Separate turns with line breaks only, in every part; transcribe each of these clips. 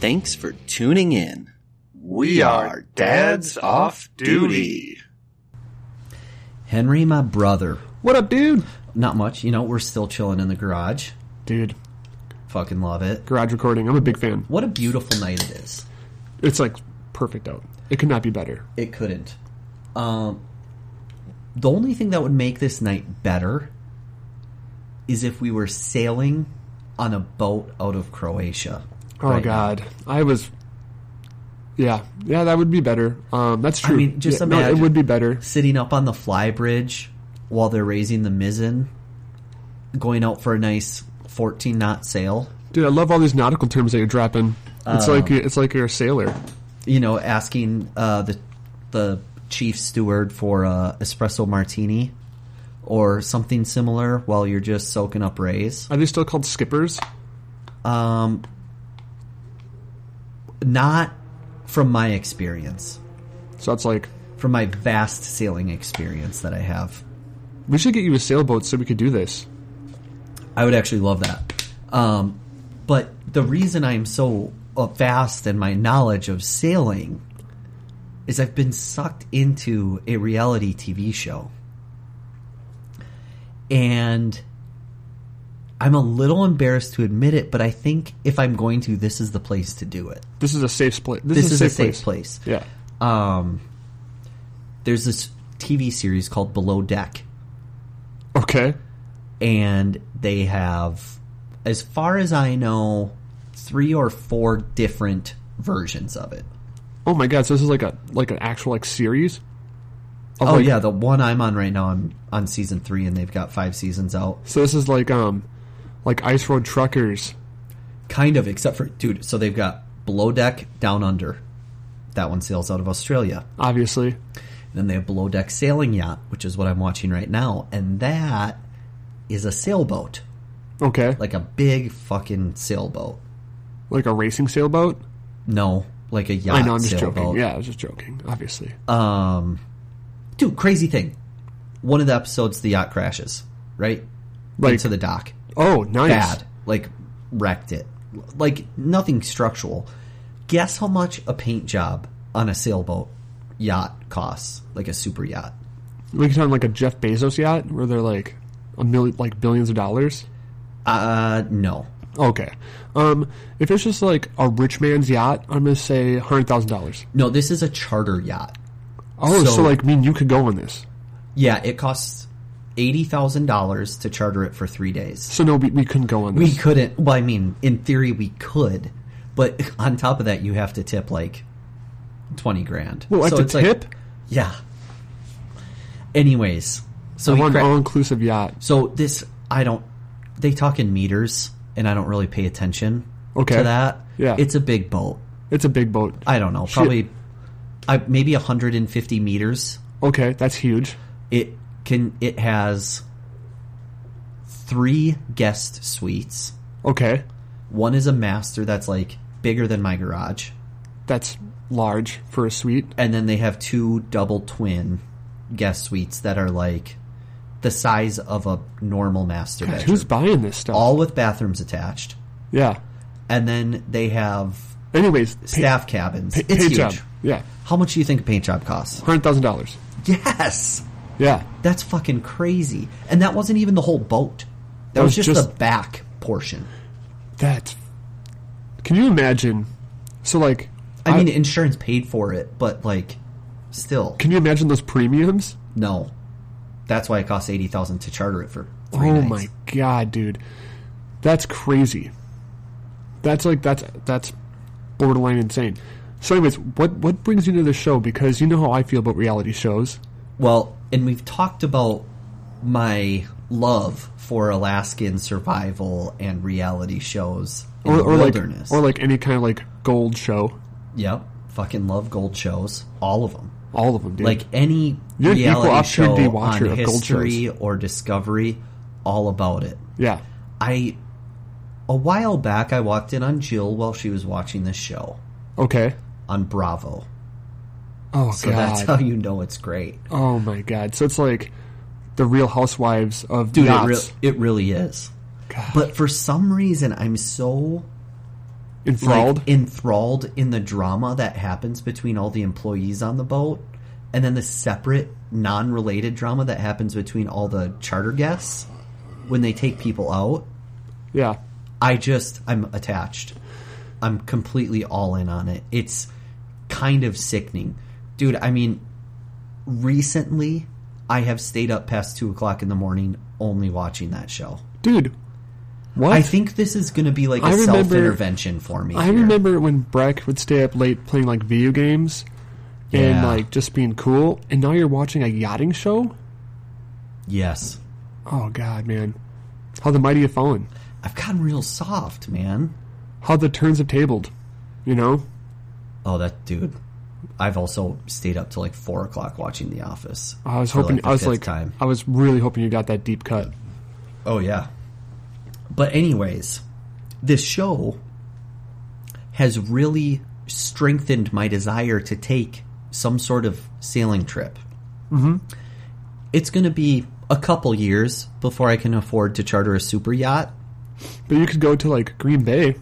Thanks for tuning in.
We are Dads Off Duty.
Henry, my brother.
What up, dude?
Not much. You know, we're still chilling in the garage.
Dude,
Fucking love it.
garage recording. I'm a big fan.
What a beautiful night it is.
It's like perfect out. It could not be better.
It couldn't. Um, the only thing that would make this night better is if we were sailing on a boat out of Croatia.
Oh
right
God, I was. Yeah, yeah, that would be better. Um, that's true.
mean, just
Yeah, no,
imagine.
it would be better.
sitting up on the fly bridge while they're raising the mizzen, going out for a nice 14 knot sail.
Dude, I love all these nautical terms that you're dropping. It's like it's like you're a sailor.
You know, asking uh, the the chief steward for a espresso martini or something similar while you're just soaking up rays.
Are they still called skippers?
Um, not from my experience,
So it's like
from my vast sailing experience that I have.
we should get you a sailboat so we could do this.
I would actually love that. Um, but the reason I'm so uh, vast in my knowledge of sailing is I've been sucked into a reality TV show. And I'm a little embarrassed to admit it, but I think if I'm going to, this is the place to do it.
This is a safe place. This,
This,
is, a safe, place.
place.
Yeah.
Um, there's this TV series called Below Deck
Okay.
and they have, as far as I know, three or four different versions of it.
Oh my God. So this is like a like an actual like series. Of,
Oh
like-
yeah, the one I'm on right now, I'm on season three, and they've got five seasons out.
So this is like um, like ice road truckers.
Kind of, except for dude. So they've got Below Deck, Down Under. That one sails out of Australia.
Obviously,
Then they have Below Deck Sailing Yacht, which is what I'm watching right now, and that is a sailboat,
okay. Like,
like a big fucking sailboat.
a racing sailboat.
No, like a yacht.
I know. I'm just
sailboat.
joking. Yeah, I was just joking. Obviously.
Um, dude, crazy thing. One of the episodes, the yacht crashes, right?
Like-
Into the dock.
oh, nice.
Bad. Like, wrecked it. Like, nothing structural. Guess how much a paint job on a sailboat yacht costs? Like a super yacht.
We could on like a Jeff Bezos yacht where they're like a million, like billions of dollars.
Uh, no.
Okay. Um, if it's just like a rich man's yacht, I'm gonna say hundred thousand dollars.
No, this is a charter yacht.
Oh, so,
So-
like, mean you could go on this.
Yeah, it costs $80,000 to charter it for three days.
So no, we, we couldn't go on this.
We couldn't. Well, I mean, in theory, we could, but on top of that, you have to tip like twenty grand.
Well, like
so
the
it's
tip,
yeah. Anyways, so
I
he
want an
cra-
all inclusive yacht.
so this I don't. They talk in meters, and I don't really pay attention
Okay.
to that.
Yeah.
it's a big boat.
It's a big boat.
I don't know, probably, I maybe hundred and fifty meters.
Okay, that's huge.
It can. It has three guest suites.
Okay,
One is a master that's like bigger than my garage.
that's large for a suite.
And then they have two double twin guest suites that are like the size of a normal master
God,
bedroom.
who's buying this stuff?
all with bathrooms attached.
yeah.
And then they have
Anyways, pa-
staff cabins.
pa-
it's
paint
huge.
job. Yeah,
How much do you think a paint job costs?
hundred thousand dollars.
Yes.
Yeah.
That's fucking crazy. And that wasn't even the whole boat. That, was, just, the back portion.
That. Can you imagine? So like,
I, mean, insurance paid for it, but like, still,
can you imagine those premiums?
no. That's why it costs eighty thousand to charter it for three
Oh
nights.
my god, dude, that's crazy. That's like that's that's borderline insane. So, anyways, what what brings you to the show? Because you know how I feel about reality shows.
Well, and we've talked about my love for Alaskan survival and reality shows in
or,
the
or like
wilderness.
or like any kind of like gold show.
yep, fucking love gold shows, all of them.
All of them, dude.
Like any
You're an equal
reality show
opportunity watcher
on
of gold
history or discovery, all about it.
yeah,
I a while back I walked in on Jill while she was watching this show
okay.
on Bravo.
Oh
So
god.
that's how you know it's great.
oh my god. So it's like the Real Housewives of
Dude, it,
yachts.
re- it really is.
God.
But for some reason, I'm so
enthralled.
like enthralled in the drama that happens between all the employees on the boat and then the separate non-related drama that happens between all the charter guests when they take people out
yeah,
i just i'm attached i'm completely all in on it it's kind of sickening dude i mean recently i have stayed up past two o'clock in the morning only watching that show
dude. What?
i think this is going to be like a
I remember-
self-intervention for me
I
here.
remember when Breck would stay up late playing like video games and
Yeah.
like just being cool. And now you're watching a yachting show.
yes
Oh God, man! How the mighty have fallen.
I've gotten real soft, man.
How the turns have tabled. You know,
Oh, that dude. I've also stayed up till like four o'clock watching The Office.
I was
for,
hoping.
the
I was
fifth
like,
time.
I was really hoping you got that deep cut.
Oh yeah. But anyways, this show has really strengthened my desire to take some sort of sailing trip. Mm-hmm. It's going to be a couple years before I can afford to charter a super yacht.
But you could go to like Green Bay.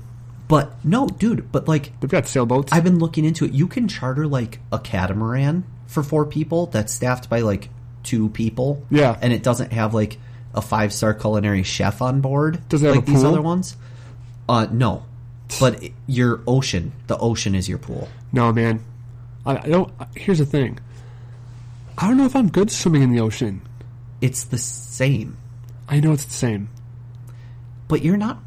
But no, dude. But like
They've got sailboats.
I've been looking into it. You can charter like a catamaran for four people that's staffed by like two people.
Yeah.
And it doesn't have like a five star culinary chef on board.
Does it have
like
a
these
pool?
other ones? Uh no. But it- your ocean, the ocean is your pool.
no, man. I, I don't. Here's the thing. I don't know if I'm good swimming in the ocean.
It's the same.
I know it's the same.
But you're not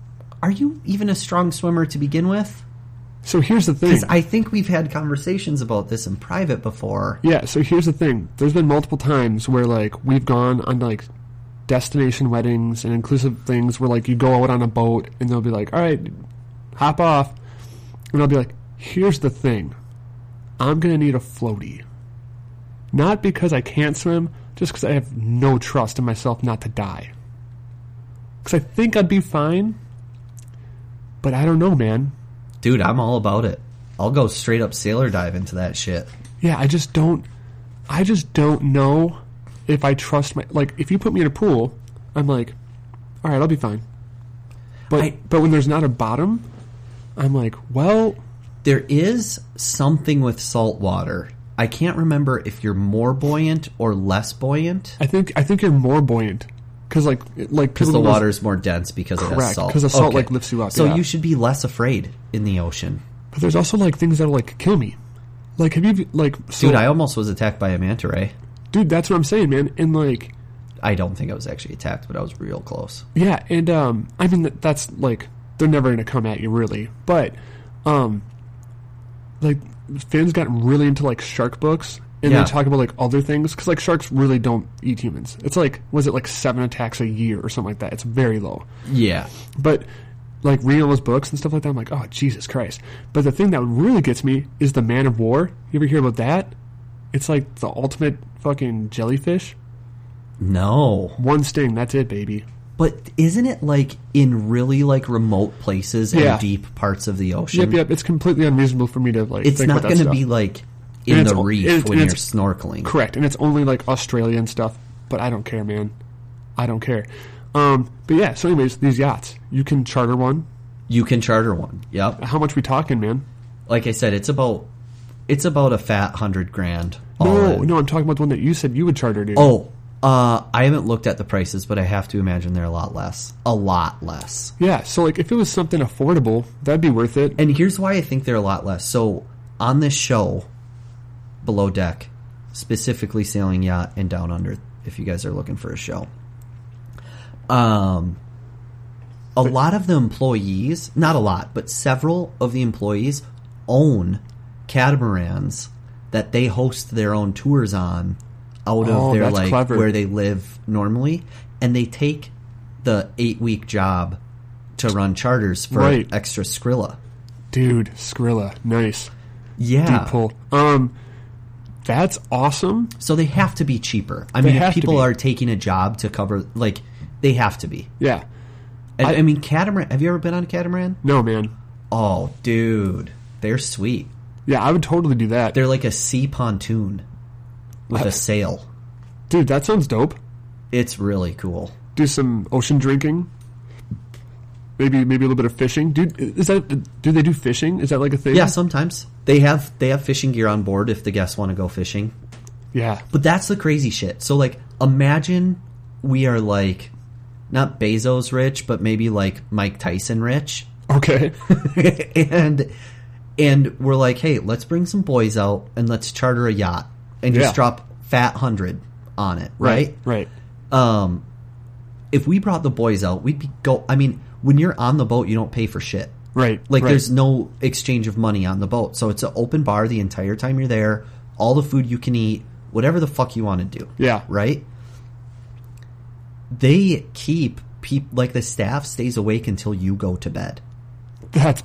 are you even a strong swimmer to begin with?
So here's the thing.
Because I think we've had conversations about this in private before.
Yeah, so here's the thing. There's been multiple times where like we've gone on like destination weddings and inclusive things where like you go out on a boat and they'll be like, "All right, hop off." And I'll be like, "Here's the thing. I'm going to need a floaty." Not because I can't swim, just cuz I have no trust in myself not to die. Cuz I think I'd be fine, but I don't know, man.
Dude, I'm all about it. I'll go straight up sailor dive into that shit.
Yeah, I just don't. I just don't know if I trust my like. If you put me in a pool, I'm like, all right, I'll be fine. But
I-
but when there's not a bottom, I'm like, well,
There is something with salt water. I can't remember if you're more buoyant or less buoyant
I think I think you're more buoyant because like like
because the
people-
water's more dense because it
Correct,
has salt.
'cause the salt, like, lifts you up,
So
yeah.
you should be less afraid in the ocean.
But there's also like things that'll like kill me. Like have you like so,
Dude, I almost was attacked by a manta ray.
dude? That's what I'm saying, man. And like
I don't think I was actually attacked, but I was real close.
Yeah, and um, I mean that, that's like they're never going to come at you really, but um, like Finn's gotten really into like shark books, and
Yeah.
they talk about like other things because like sharks really don't eat humans. It's like was it like seven attacks a year or something like that? It's very low,
Yeah.
but like reading all those books and stuff like that, I'm like, oh Jesus Christ! But the thing that really gets me is the Man of War. You ever hear about that? It's like the ultimate fucking jellyfish.
No.
One sting, that's it, baby.
But isn't it like in really like remote places and
Yeah.
deep parts of the ocean?
Yep, yep. It's completely unreasonable for me to like.
It's
think
not
about that
going to
stuff.
be like in
it's
the
o-
reef
and it's-
when
and
you're
it's-
snorkeling.
Correct, and it's only like Australia and stuff. But I don't care, man. I don't care. Um, but yeah. So, anyways, these yachts, you can charter one.
You can charter one. Yep.
How much we talking, man?
like I said, it's about it's about a fat hundred grand. all
No,
in.
no, I'm talking about the one that you said you would charter, dude.
Oh, uh, I haven't looked at the prices, but I have to imagine they're a lot less. A lot less.
yeah. So, like, if it was something affordable, that'd be worth it.
And here's why I think they're a lot less. So on this show, Below Deck, specifically Sailing Yacht and Down Under, if you guys are looking for a show, um, a lot of the employees, not a lot, but several of the employees own catamarans that they host their own tours on out of
Oh,
their
that's
like
clever.
where they live normally, and they take the eight week job to run charters for
Right.
extra Skrilla.
Dude, Skrilla, nice
Yeah.
pull. Um, that's awesome.
So they have to be cheaper. I mean, if
have to
people
be.
are taking a job to cover, like, they have to be.
Yeah.
And, I, mean, catamaran. Have you ever been on a catamaran?
No, man.
Oh, dude, they're sweet.
Yeah, I would totally do that,
They're like a sea pontoon with a sail.
dude. That sounds dope.
It's really cool.
Do some ocean drinking. Maybe maybe a little bit of fishing. Do is that do they do fishing? Is that like a thing?
Yeah, sometimes they have they have fishing gear on board if the guests want to go fishing.
Yeah.
But that's the crazy shit. So like imagine we are like not Bezos rich, but maybe like Mike Tyson rich.
Okay.
and and we're like, hey, let's bring some boys out and let's charter a yacht and just
Yeah.
drop fat hundred on it, right?
Right.
Um if we brought the boys out, we'd be go I mean, when you're on the boat you don't pay for shit.
Right.
Like
right.
there's no exchange of money on the boat. So it's an open bar the entire time you're there, all the food you can eat, whatever the fuck you want to do
yeah.
right? They keep peop like the staff stays awake until you go to bed.
That's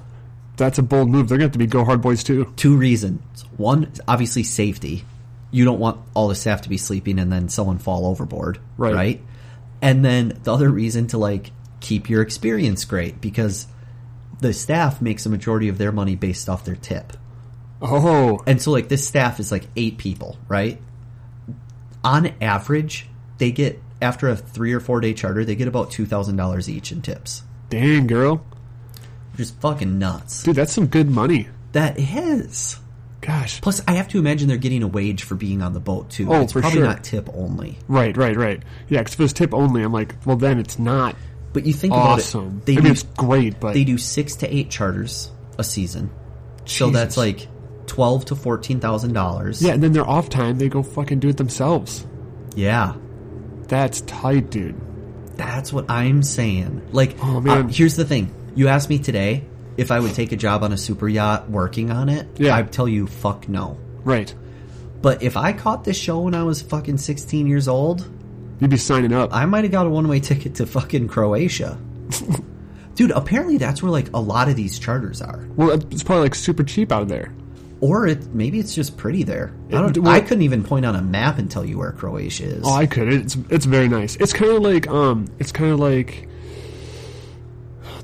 that's a bold move. They're gonna have to be go hard boys too.
Two reasons: one, obviously safety. You don't want all the staff to be sleeping and then someone fall overboard,
Right.
right? And then the other reason to like keep your experience great because the staff makes a majority of their money based off their tip.
Oh.
And so like this staff is like eight people, right? On average, they get after a three or four day charter, they get about two thousand dollars each in tips.
Dang girl.
Which is fucking nuts.
Dude, that's some good money.
That is.
Gosh.
Plus I have to imagine they're getting a wage for being on the boat too.
Oh,
it's
for
probably
sure.
not tip only.
Right, right, right. Yeah, because if it was tip only, I'm like, well, then it's not
But you think
awesome.
about it, they
I mean,
do
it's great, but
they do six to eight charters a season. So
Jesus.
that's like twelve to fourteen thousand dollars.
yeah, and then their off time, they go fucking do it themselves.
Yeah.
That's tight, dude.
That's what I'm saying. Like,
Oh, man.
uh, here's the thing. You asked me today if I would take a job on a super yacht working on it.
Yeah.
I'd tell you, fuck no.
Right.
But if I caught this show when I was fucking 16 years old,
You'd be signing up.
I might have got a one way ticket to fucking Croatia. Dude, apparently that's where like a lot of these charters are.
well, it's probably like super cheap out of there.
Or it maybe it's just pretty there. I don't.
It- well-
I couldn't even point on a map and tell you where Croatia is.
Oh, I could. It's it's very nice. It's kind of like um, it's kind of like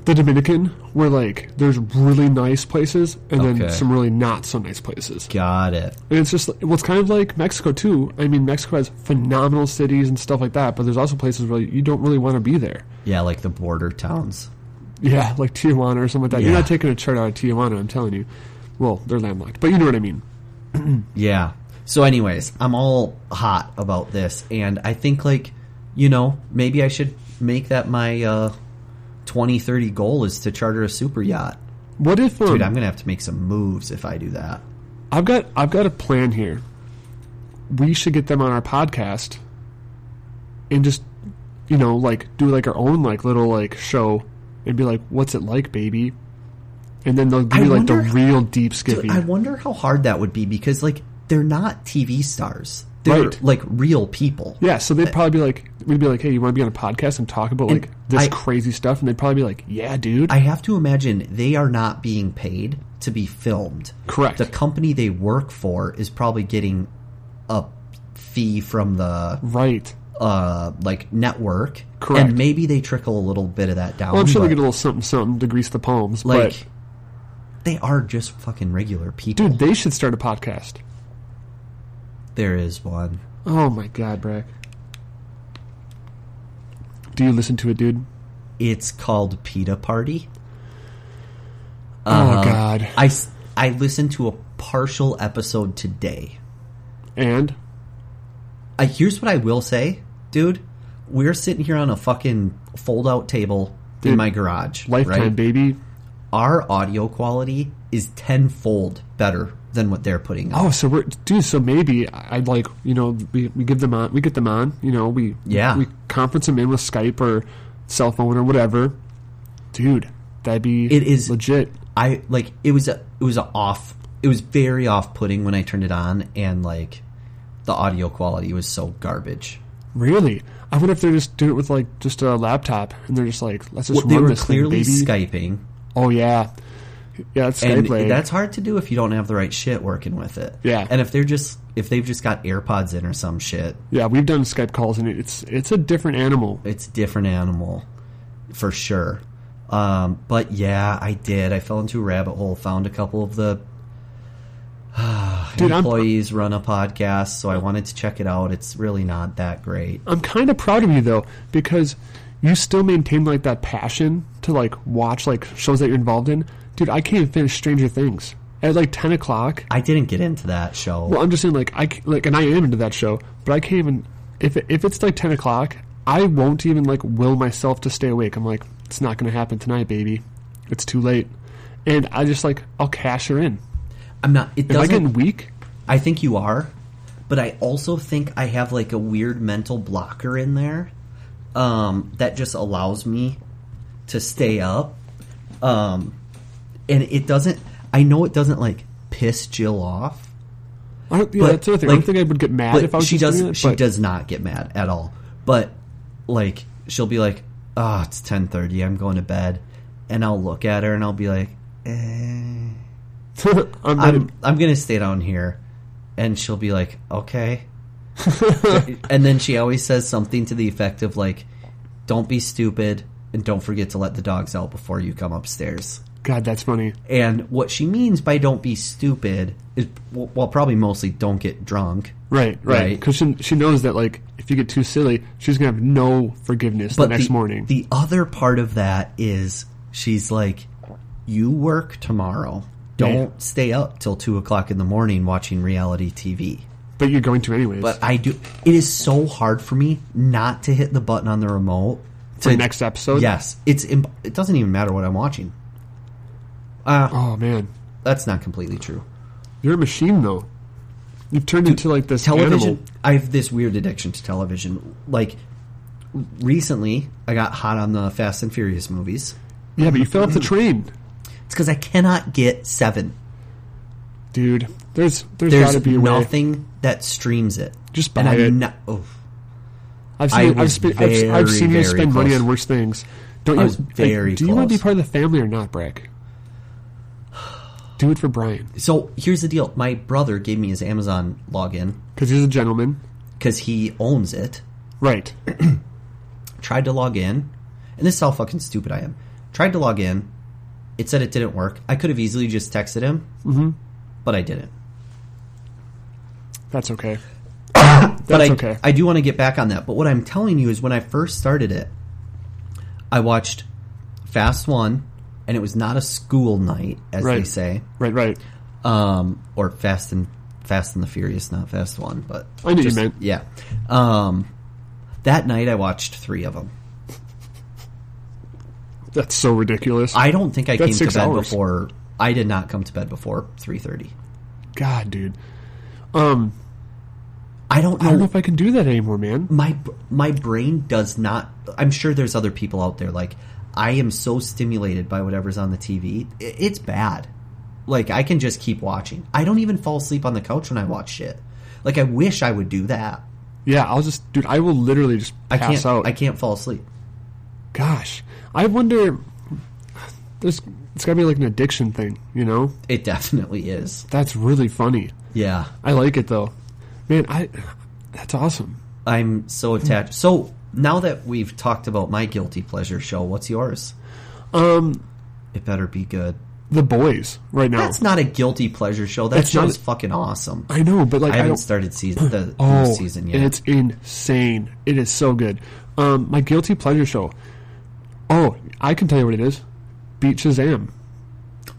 the Dominican, where like there's really nice places and
Okay.
then some really not so nice places.
got it.
And it's just well, it's kind of like Mexico too. I mean, Mexico has phenomenal cities and stuff like that, but there's also places where you don't really want to be there.
Yeah, like the border towns.
Yeah, like Tijuana or something like that. You're
Yeah.
not taking a chart out of Tijuana, I'm telling you. Well, they're landlocked, but you know what I mean.
Yeah. So, anyways, I'm all hot about this, and I think like, you know, maybe I should make that my uh, 2030 goal is to charter a super yacht.
What if um,
Dude, I'm gonna have to make some moves if I do that.
I've got I've got a plan here. We should get them on our podcast and just you know, like do like our own like little like show and be like, What's it like, baby? And then they'll give
I
you like the
wonder-
real deep
Dude,
skippy.
I wonder how hard that would be because like they're not TV stars; they're
Right.
like real people.
yeah, so they'd probably be like we'd be like, Hey, you wanna be on a podcast and talk about
And
like this
I-
crazy stuff and they'd probably be like, Yeah, dude.
I have to imagine they are not being paid to be filmed.
Correct.
The company they work for is probably getting a fee from the
right.
uh, like network,
Correct.
And maybe they trickle a little bit of that down.
Well, I'm sure they
but,
get a little something something to grease the palms.
like
but
they are just fucking regular people.
dude, they should start a podcast.
there is one.
Oh my god, Brack. Do you listen to it, dude?
It's called Pita Party. Uh-huh.
oh god.
I s- I listened to a partial episode today.
And
I, here's what I will say, dude. We're sitting here on a fucking fold out table in
Dude,
my garage.
Lifetime,
right?
baby.
Our audio quality is tenfold better than what they're putting out.
Oh, so we're dude. So maybe I- I'd like you know we, we give them on we get them on you know we
Yeah.
we conference them in with Skype or cell phone or whatever. Dude, that'd be
It is-
legit.
I like it was a it was a off it was very off putting when I turned it on and like the audio quality was so garbage.
Really, I wonder if they're just doing it with like just a laptop and they're just like let's just
Well, they
run
were
this thing,
clearly
baby.
skyping,
Oh yeah, yeah. It's Skype
and
lag.
that's hard to do if you don't have the right shit working with it.
Yeah.
and if they're just if they've just got AirPods in or some shit,
yeah. We've done Skype calls and it's it's a different animal.
it's a different animal for sure. Um, but yeah, I did. I fell into a rabbit hole, found a couple of the
Dude, I'm
employees run a podcast, so I wanted to check it out. It's really not that great.
I'm kind of proud of you though because you still maintain like that passion to like watch like shows that you're involved in, dude, I can't even finish Stranger Things at like ten o'clock.
I didn't get into that show.
Well, I'm just saying like I c- like and I am into that show, but I can't even if it, if it's like ten o'clock, I won't even like will myself to stay awake. I'm like, it's not going to happen tonight, baby. It's too late, and I just like I'll cash her in.
I'm not.
Am
It
I
doesn't.
getting weak?
I think you are, but I also think I have like a weird mental blocker in there um, that just allows me to stay up. Um, and it doesn't. I know it doesn't like piss Jill off,
I don't, yeah,
But,
that's the other thing. I
like,
don't think I would get mad
but
if I was
she
just
does.
doing it,
she
but-
does not get mad at all. But like, she'll be like, "Ah, it's ten thirty. I'm going to bed," and I'll look at her and I'll be like, eh.
I'm, not
I'm I'm gonna stay down here, and she'll be like, okay. and then she always says something to the effect of like, "Don't be stupid, and don't forget to let the dogs out before you come upstairs."
God, that's funny.
And what she means by "don't be stupid" is well, probably mostly don't get drunk.
Right, right.
Right.
Because she, she knows that like if you get too silly, she's gonna have no forgiveness the next morning.
the other part of that is she's like, "You work tomorrow. Don't stay up till two o'clock in the morning watching reality TV."
but you're going to anyways.
but I do. It is so hard for me not to hit the button on the remote
for the next episode,
Yes, it's. Imp- it doesn't even matter what I'm watching. Uh,
Oh man,
that's not completely true.
you're a machine though. You've turned into like this
Television.
animal.
I have this weird addiction to television. Like recently, I got hot on the Fast and Furious movies.
Yeah, but you fell off the train,
It's because I cannot get seven.
dude. There's there's,
There's
gotta be a way.
nothing that streams it.
Just
and
buy
I'm
it.
Not, oh,
I've
I
seen, I've,
was
spe- I've, I've seen you
very, very
spend money
close.
on worse things. Don't
I
you?
was very
like, do you want to be
close.
part of the family or not, Brack? Do it for Brian
so here's the deal. My brother gave me his Amazon login
because he's a gentleman,
because he owns it.
right?
tried to log in, and this is how fucking stupid I am. Tried to log in, it said it didn't work. I could have easily just texted him, mm-hmm. but I didn't.
That's okay.
but I,
That's okay.
I do want to get back on that. But what I'm telling you is when I first started it, I watched Fast One, and it was not a school night, as they
Right.
say,
Right, right.
um, or Fast and Fast and the Furious, not Fast One, but
I knew you meant.
yeah. Um, that night I watched three of them.
That's so ridiculous.
I don't think I
That's
came
six
to bed
hours.
before. I did not come to bed before three thirty.
God, dude. Um,
I don't
I
know.
don't know if I can do that anymore, man.
my my brain does not. I'm sure there's other people out there like I am so stimulated by whatever's on the TV. I- It's bad. Like I can just keep watching. I don't even fall asleep on the couch when I watch shit. Like I wish I would do that.
Yeah, I'll just, dude. I will literally just
I
pass
can't.
out.
I can't fall asleep.
Gosh, I wonder. There's, it's got to be like an addiction thing, you know?
It definitely is.
That's really funny.
Yeah.
I like it though, man. I, that's awesome.
I'm so attached. So now that we've talked about my guilty pleasure show, what's yours?
Um, Oh.
It better be good.
the boys right now.
That's not a guilty pleasure show. That
That's not-
show's fucking awesome.
I know, but like
I
I,
haven't
don't.
started season the new
oh,
season
and
yet.
it's insane. It is so good. Um, my guilty pleasure show. Oh, I can tell you what it is. Beat Shazam.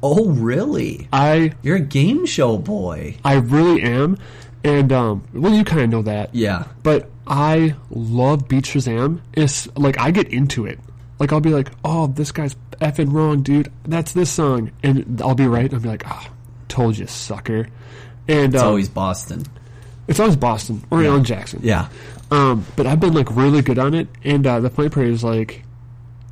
Oh, really?
I
You're a game show boy.
I really am, and um, well, you kind of know that.
Yeah.
But I love Beat Shazam. It's like I get into it. Like I'll be like, "Oh, this guy's effing wrong, dude. That's this song," and I'll be right. I'll be like, "Ah, told you, sucker." And
It's
um,
always Boston.
it's always Boston or Alan Jackson.
Yeah.
Um, but I've been like really good on it, and uh, the funny part is like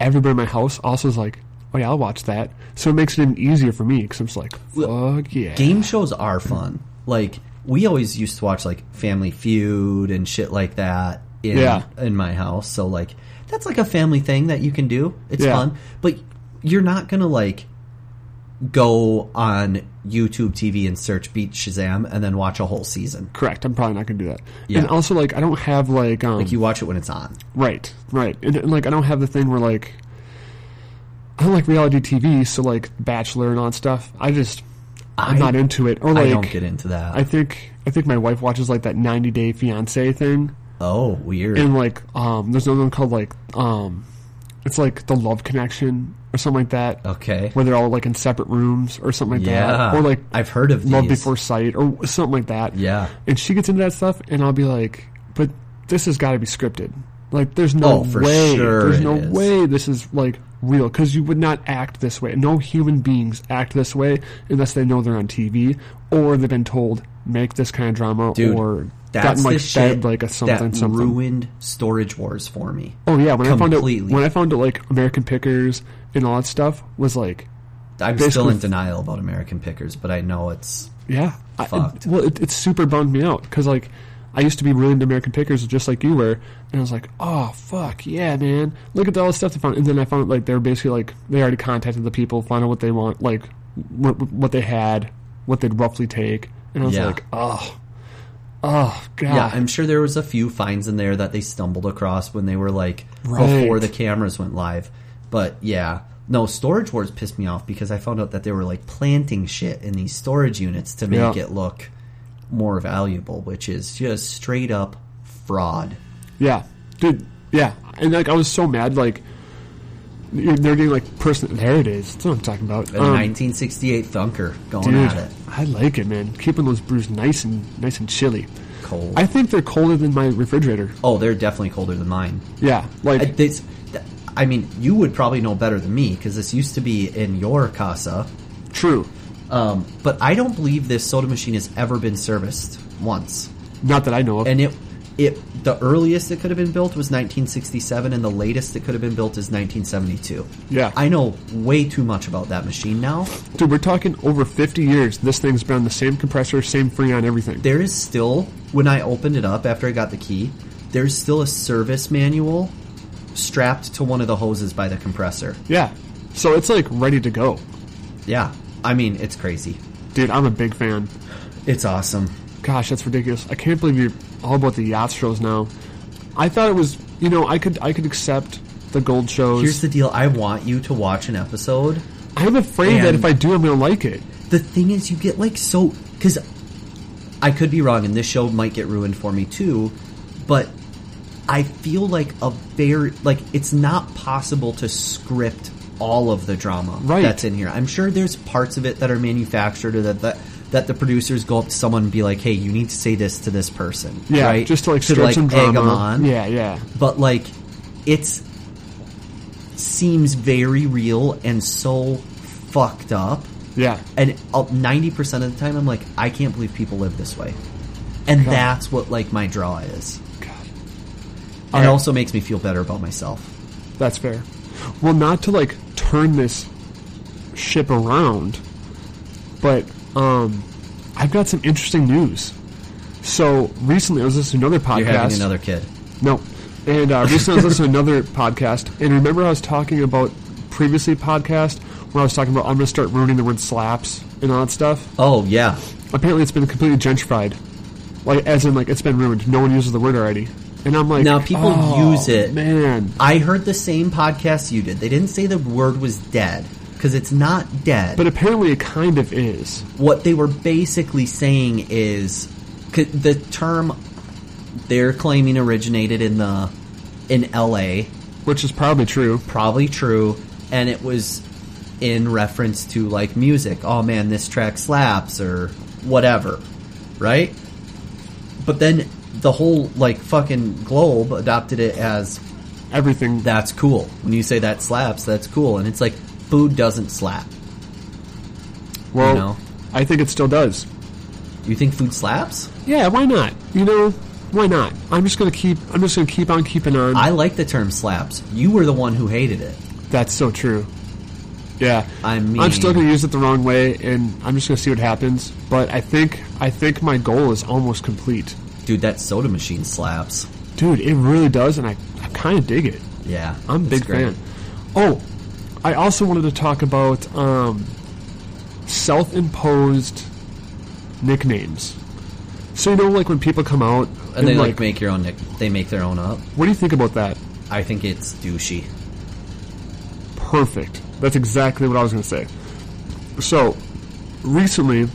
everybody in my house also is like, "Oh yeah, I'll watch that." So it makes it even easier for me because I'm just like, "Fuck yeah."
Game shows are fun. Like, we always used to watch, like, Family Feud and shit like that in,
Yeah.
in my house. So, like, that's like a family thing that you can do. It's
Yeah.
fun. But you're not going to, like, go on YouTube TV and search Beat Shazam and then watch a whole season.
Correct. I'm probably not gonna do that.
Yeah.
And also, like, I don't have like, um,
Like, you watch it when it's on.
right, right, and, and, like, I don't have the thing where like, I don't like reality TV, so like Bachelor and all that stuff. I just, I'm
I-
not into it. Or
I
like,
don't get into that.
I think, I think my wife watches like that 90 Day Fiance thing,
oh, weird.
and like, um, there's another one called like, um, It's like the love connection or something like that.
Okay.
Where they're all like in separate rooms or something like
Yeah.
that. Or like
I've heard of
love
these.
before sight or something like that.
Yeah.
And she gets into that stuff, and I'll be like, but this has got to be scripted. Like, there's no
Oh, for
way.
sure
there's
it
no
is.
way this is like real because you would not act this way. No human beings act this way unless they know they're on TV or they've been told make this kind of drama
Dude,
or
that's
gotten
the
like
shit
fed like a something
that
something.
ruined Storage Wars for me.
oh yeah, when I found
completely.
out when I found out like American Pickers and all that stuff was like
I'm still
basically-
in denial about American Pickers, but I know it's
Yeah. I,
Fucked.
well, it, it super bummed me out because like I used to be really into American Pickers just like you were, and I was like, oh fuck yeah, man, look at all the stuff they found. And then I found like they were basically like they already contacted the people, found out what they want, like what, what they had, what they'd roughly take, and I was
Yeah.
like, oh, oh god,
yeah. I'm sure there was a few finds in there that they stumbled across when they were like
Right.
before the cameras went live. But yeah, no Storage Wars pissed me off because I found out that they were like planting shit in these storage units to make
Yeah.
it look more valuable, which is just straight up fraud.
Yeah, dude. Yeah, and like I was so mad. Like they're getting like person. There it is. That's what I'm talking about.
A
Um,
1968 Thunker going
dude,
at it
I like it, man. Keeping those brews nice and nice and chilly.
cold.
I think they're colder than my refrigerator.
oh, they're definitely colder than mine.
Yeah, like
I- This, th- I mean, you would probably know better than me because this used to be in your casa.
true.
Um, but I don't believe this soda machine has ever been serviced once.
Not that I know of.
And it, it, the earliest it could have been built was 1967, and the latest it could have been built is 1972.
Yeah.
I know way too much about that machine now.
Dude, we're talking over 50 years. This thing's been on the same compressor, same Freon, everything.
There is still, when I opened it up after I got the key, there's still a service manual strapped to one of the hoses by the compressor.
yeah, so it's like ready to go.
Yeah, I mean it's crazy.
Dude, I'm a big fan.
It's awesome.
Gosh, that's ridiculous. I can't believe you're all about the yacht shows now. I thought it was, you know, I could I could accept the gold shows.
Here's the deal: I want you to watch an episode.
I'm afraid that
And-
if I do, I'm gonna like it.
The thing is, you get like so because I could be wrong, and this show might get ruined for me too. But I feel like a very like it's not possible to script all of the drama
Right.
that's in here. I'm sure there's parts of it that are manufactured or that that. That the producers go up to someone and be like, "Hey, you need to say this to this person,
Yeah,
right?
just to like stretch some
egg 'em
drama.
on.
Yeah, yeah.
but like it's seems very real and so fucked up
Yeah.
and uh, 90% of the time i'm like i can't believe people live this way and that's what like my draw is and
Alright.
it also makes me feel better about myself
That's fair. Well, not to like turn this ship around, but um, I've got some interesting news. So recently, I was listening to another podcast.
you're having another kid
No, and uh, recently I was listening to another podcast, and remember I was talking about previously podcast where I was talking about I'm going to start ruining the word slaps and all that stuff.
oh yeah
Apparently, it's been completely gentrified, like as in like it's been ruined. No one uses the word already, and I'm like,
now people
"Oh,
use it
man.
i heard the same podcast you did they didn't say the word was dead because it's not dead
But apparently, it kind of is.
what they were basically saying is c- the term they're claiming originated in the in LA
which is probably true.
probably true and it was in reference to like music oh man this track slaps or whatever right but then the whole like fucking globe adopted it as
Everything that
that's cool when you say that slaps that's cool and it's like food doesn't slap
well,
know.
I think it still does.
you think food slaps
Yeah, why not? You know, why not? I'm just gonna keep. I'm just gonna keep on keeping on.
i like the term slaps you were the one who hated it
That's so true. Yeah,
I
I'm
mean-
still gonna use it the wrong way, and I'm just gonna see what happens. But I think, I think my goal is almost complete,
Dude, that soda machine slaps.
dude. It really does, and I, I kind of dig it.
Yeah,
I'm a
it's
big fan. Oh, I also wanted to talk about um, self-imposed nicknames. So you know, like when people come out
And they like, make your own. Nick- they make their own up.
what do you think about that?
I think it's douchey.
Perfect. That's exactly what I was going to say. So recently,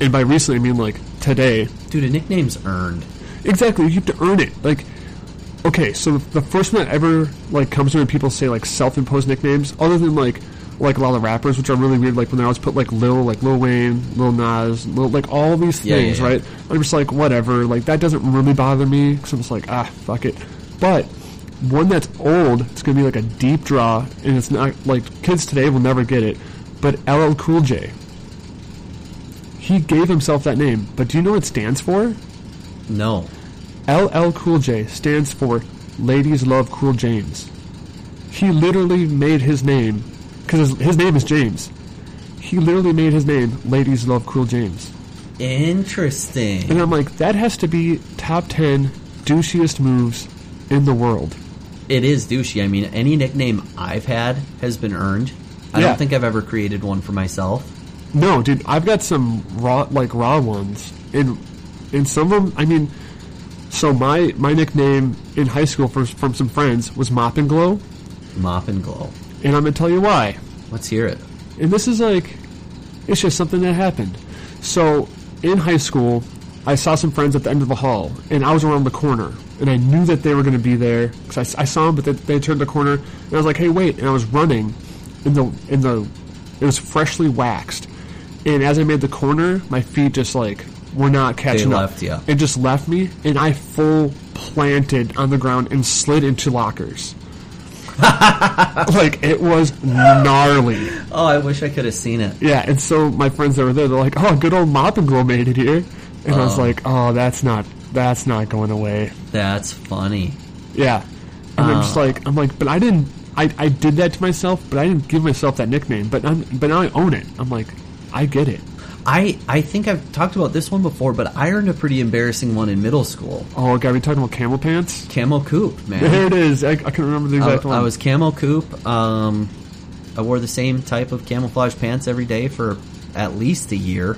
and by recently I mean like today.
Dude, a nickname's earned.
Exactly, you have to earn it. Like, okay, so the first one that ever like comes to me when people say like self-imposed nicknames, other than like like a lot of rappers, which are really weird. Like when they always put like Lil, like Lil Wayne, Lil Nas, Lil, like all these
Yeah, yeah,
things,
yeah.
right? I'm just like whatever. Like that doesn't really bother me because I'm just like ah fuck it. But one that's old, it's gonna be like a deep draw, and it's not like kids today will never get it. But LL Cool J, he gave himself that name. But do you know what it stands for?
No.
LL Cool J stands for Ladies Love Cool James. He literally made his name, because his, his name is James. He literally made his name Ladies Love Cool James.
Interesting.
And I'm like, that has to be top 10 douchiest moves in the world.
It is douchey. I mean, any nickname I've had has been earned. I
Yeah.
don't think I've ever created one for myself.
No, dude, I've got some raw, like raw ones, and and some of them. I mean, so my my nickname in high school for, from some friends was Mop and Glow,
Mop and glow.
and I'm gonna tell you why.
Let's hear it.
And this is like, it's just something that happened. So in high school, I saw some friends at the end of the hall, and I was around the corner, and I knew that they were going to be there because I, s- I saw them, but they, they turned the corner, and I was like, "Hey, wait!" And I was running, in the in the it was freshly waxed, and as I made the corner, my feet just like were not catching up.
left ya.
It just left me, and I full planted on the ground and slid into lockers. like it was gnarly.
Oh, I wish I could have seen it.
Yeah, and so my friends that were there, they're like, "Oh, good old Mop and Glow made it here," and I was like, "Oh, that's not that's not going away."
That's funny.
Yeah, and I'm
Oh.
just like, I'm like, but I didn't, I, I did that to myself, but I didn't give myself that nickname, but I'm, but now I own it. I'm like, I get it.
I I think I've talked about this one before, but I earned a pretty embarrassing one in middle school.
Oh, God, we talking about camel pants?
Camo coupe, man.
There it is. I, I can remember the
I,
exact one.
I was camo coupe. Um, I wore the same type of camouflage pants every day for at least a year.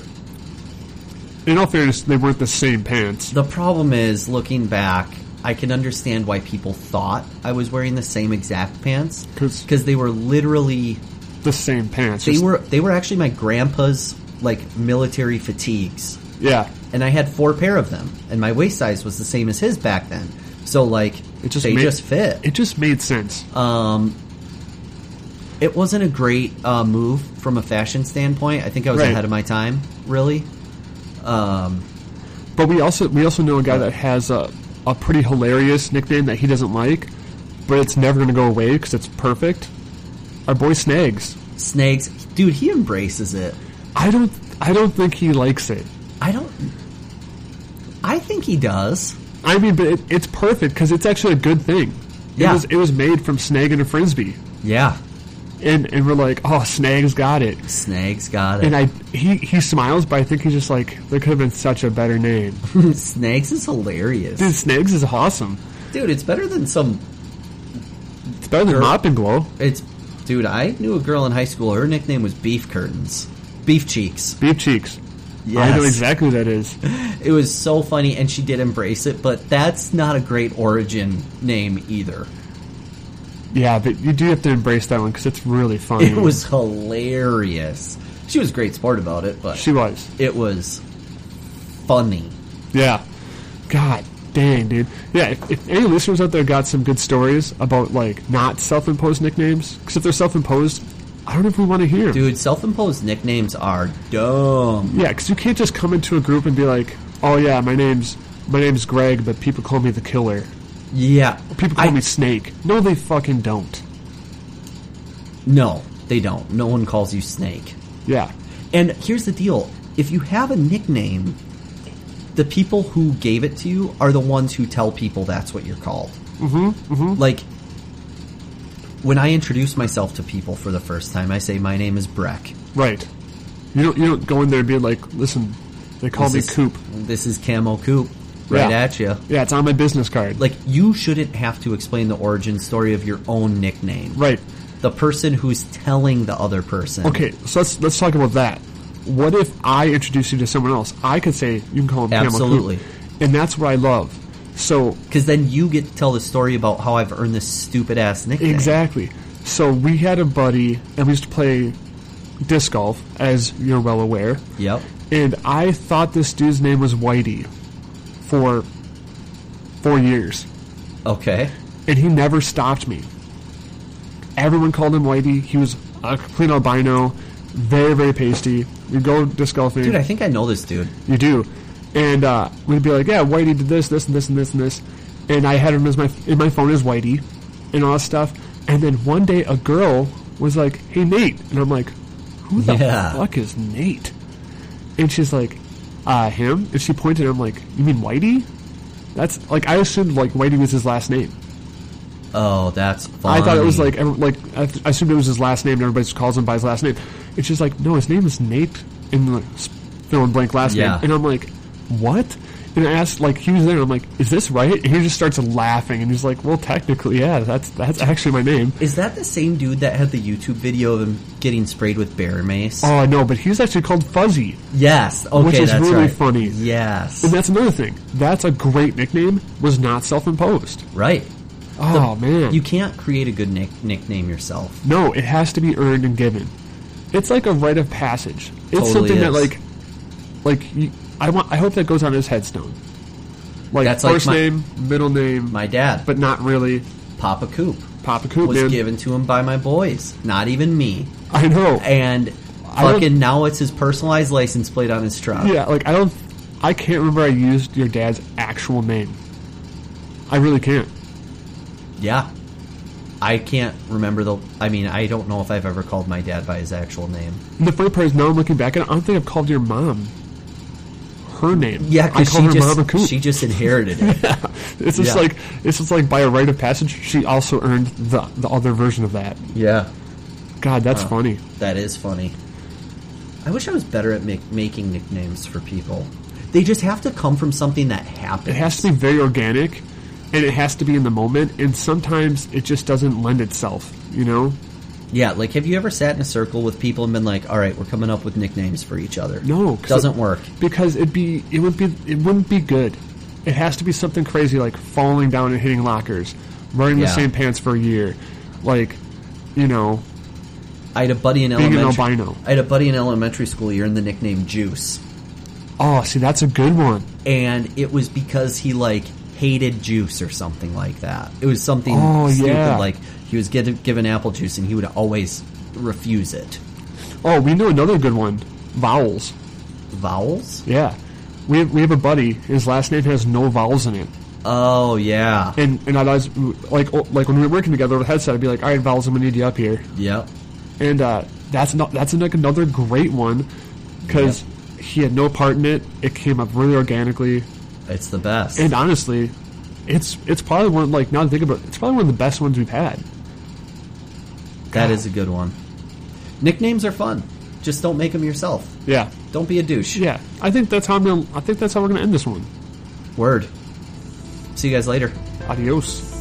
In all fairness, they weren't the same pants.
The problem is, looking back, I can understand why people thought I was wearing the same exact pants
'Cause-
because they were literally
The same pants.
they
just-
were they were actually my grandpa's like military fatigues.
Yeah.
and I had four pair of them, and my waist size was the same as his back then. So like,
It just
they
made,
just fit.
It just made sense.
Um, It wasn't a great uh, move from a fashion standpoint. I think I was
Right.
ahead of my time, really. Um,
But we also we also know a guy that has a, a pretty hilarious nickname that he doesn't like, but it's never going to go away because it's perfect. Our boy Snags.
Snags, dude, he embraces it.
I don't I don't think he likes it.
I don't. I think he does.
I mean, but it, it's perfect because it's actually a good thing. It
Yeah.
was it was made from snag and a frisbee,
Yeah,
and and we're like, oh, Snags got it.
Snags got
And
it.
I he he smiles, but I think he's just like there could have been such a better name.
Snags is hilarious,
Dude, Snags is awesome.
dude. It's better than some.
It's better than Mop and Glow.
It's, dude. I knew a girl in high school. Her nickname was Beef Curtains, Beef Cheeks.
Beef cheeks. I
Yes.
know exactly who that is.
It was so funny, and she did embrace it, but that's not a great origin name either.
Yeah, but you do have to embrace that one because it's really funny.
It was hilarious. She was a great sport about it, but
She was.
it was funny.
Yeah. God dang, dude. Yeah, if, if any listeners out there got some good stories about, like, not self imposed nicknames, because if they're self imposed, I don't know if we want to hear 'em.
Dude, self imposed nicknames are dumb.
Yeah, because you can't just come into a group and be like, oh, yeah, my name's. My name's Greg, but people call me the killer.
Yeah.
People call
I-
me Snake. No, they fucking don't.
No, they don't. No one calls you Snake.
Yeah.
And here's the deal if you have a nickname, the people who gave it to you are the ones who tell people that's what you're called. Mm-hmm, Like, when I introduce myself to people for the first time, I say, My name is Breck.
Right. You don't, you don't go in there and be like, listen, they call me
This is-
Coop.
This is Camo Coop. Right
Yeah.
at you.
Yeah, it's on my business card.
Like, you shouldn't have to explain the origin story of your own nickname.
right.
The person who's telling the other person.
Okay, so let's let's talk about that. What if I introduce you to someone else? I could say you can call him Pam or Coop."
Absolutely.
and that's what I love. So
Because then you get to tell the story about how I've earned this stupid ass nickname.
exactly. So we had a buddy, and we used to play disc golf, as you're well aware.
Yep.
And I thought this dude's name was Whitey for four years.
Okay.
and he never stopped me. Everyone called him Whitey. He was a complete albino, very, very pasty. We go disc golfing.
Dude, I think I know this dude.
you do. And uh, we'd be like, yeah, Whitey did this, this, and this, and this, and this. And I had him as my in my phone as Whitey and all that stuff. And then one day a girl was like, hey, Nate. And I'm like, who the
Yeah.
fuck is Nate? And she's like, uh, him? And she pointed, I'm like, you mean Whitey? That's like, I assumed like Whitey was his last name.
Oh, that's funny.
I thought it was like every- like I th- I assumed it was his last name. and Everybody just calls him by his last name. It's just like no, his name is Nate in the s- fill in blank last
Yeah.
name. And I'm like, what? And I asked like he was there. and I'm like, is this right? And he just starts laughing and he's like, well, technically, yeah, that's that's actually my name.
Is that the same dude that had the YouTube video of him getting sprayed with bear mace?
Oh, I know, but he's actually called Fuzzy,
yes. Okay,
which is
that's
really
right.
funny.
Yes.
And that's another thing. That's a great nickname. Was not self imposed.
right.
Oh man,
You can't create a good nick- nickname yourself.
No, it has to be earned and given. It's like a rite of passage. It's
Totally
something that
is.
like, like you, I want. I hope that goes on his headstone. Like
That's like
first
my-
name, middle name,
My dad,
but not really
Papa Coop,
Papa Coop.
was
Man.
given to him by my boys, not even me.
I know.
And
I don't-
fucking now it's his personalized license plate on his truck.
yeah, like I don't. I can't remember. I used your dad's actual name. I really can't.
Yeah. I can't remember the. I mean, I don't know if I've ever called my dad by his actual name.
And the funny part is now I'm looking back at it. I don't think I've called your mom. Her name.
Yeah,
I
because
called
she
her Mama Coop.
just she just inherited it.
It's just
Yeah.
like it's just like by a rite of passage. She also earned the the other version of that.
yeah,
God, that's funny.
that is funny. I wish I was better at make, making nicknames for people. They just have to come from something that happens.
It has to be very organic, and it has to be in the moment. And sometimes it just doesn't lend itself. You know?
Yeah, like have you ever sat in a circle with people and been like, "All right, we're coming up with nicknames for each other"?
No, 'cause
doesn't
it-
work.
Because it'd be it would be it wouldn't be good. It has to be something crazy like falling down and hitting lockers, wearing the
Yeah.
same pants for a year, like you know.
I had a buddy in
an
elementary.
albino.
I had a buddy in elementary school year and the nickname Juice,
Oh, see, that's a good one.
and it was because he like hated juice or something like that. It was something
Oh,
stupid
yeah.
like he was given given apple juice and he would always refuse it.
Oh, we know another good one. Vowels.
Vowels?
Yeah. We have, we have a buddy. His last name has no vowels in it.
Oh yeah,
And and I was like oh, like when we were working together with a headset, I'd be like, "All right, vowels, I'm gonna need you up here."
yep.
And uh, that's not that's like another great one because he had no part in it. It came up really organically,
It's the best.
and honestly, it's it's probably one like now that I think about it, it's probably one of the best ones we've had.
that is a good one. Nicknames are fun. Just don't make them yourself.
Yeah,
Don't be a douche.
yeah. I think that's how I'm gonna. I think that's how we're gonna end this one.
Word. See you guys later.
Adios.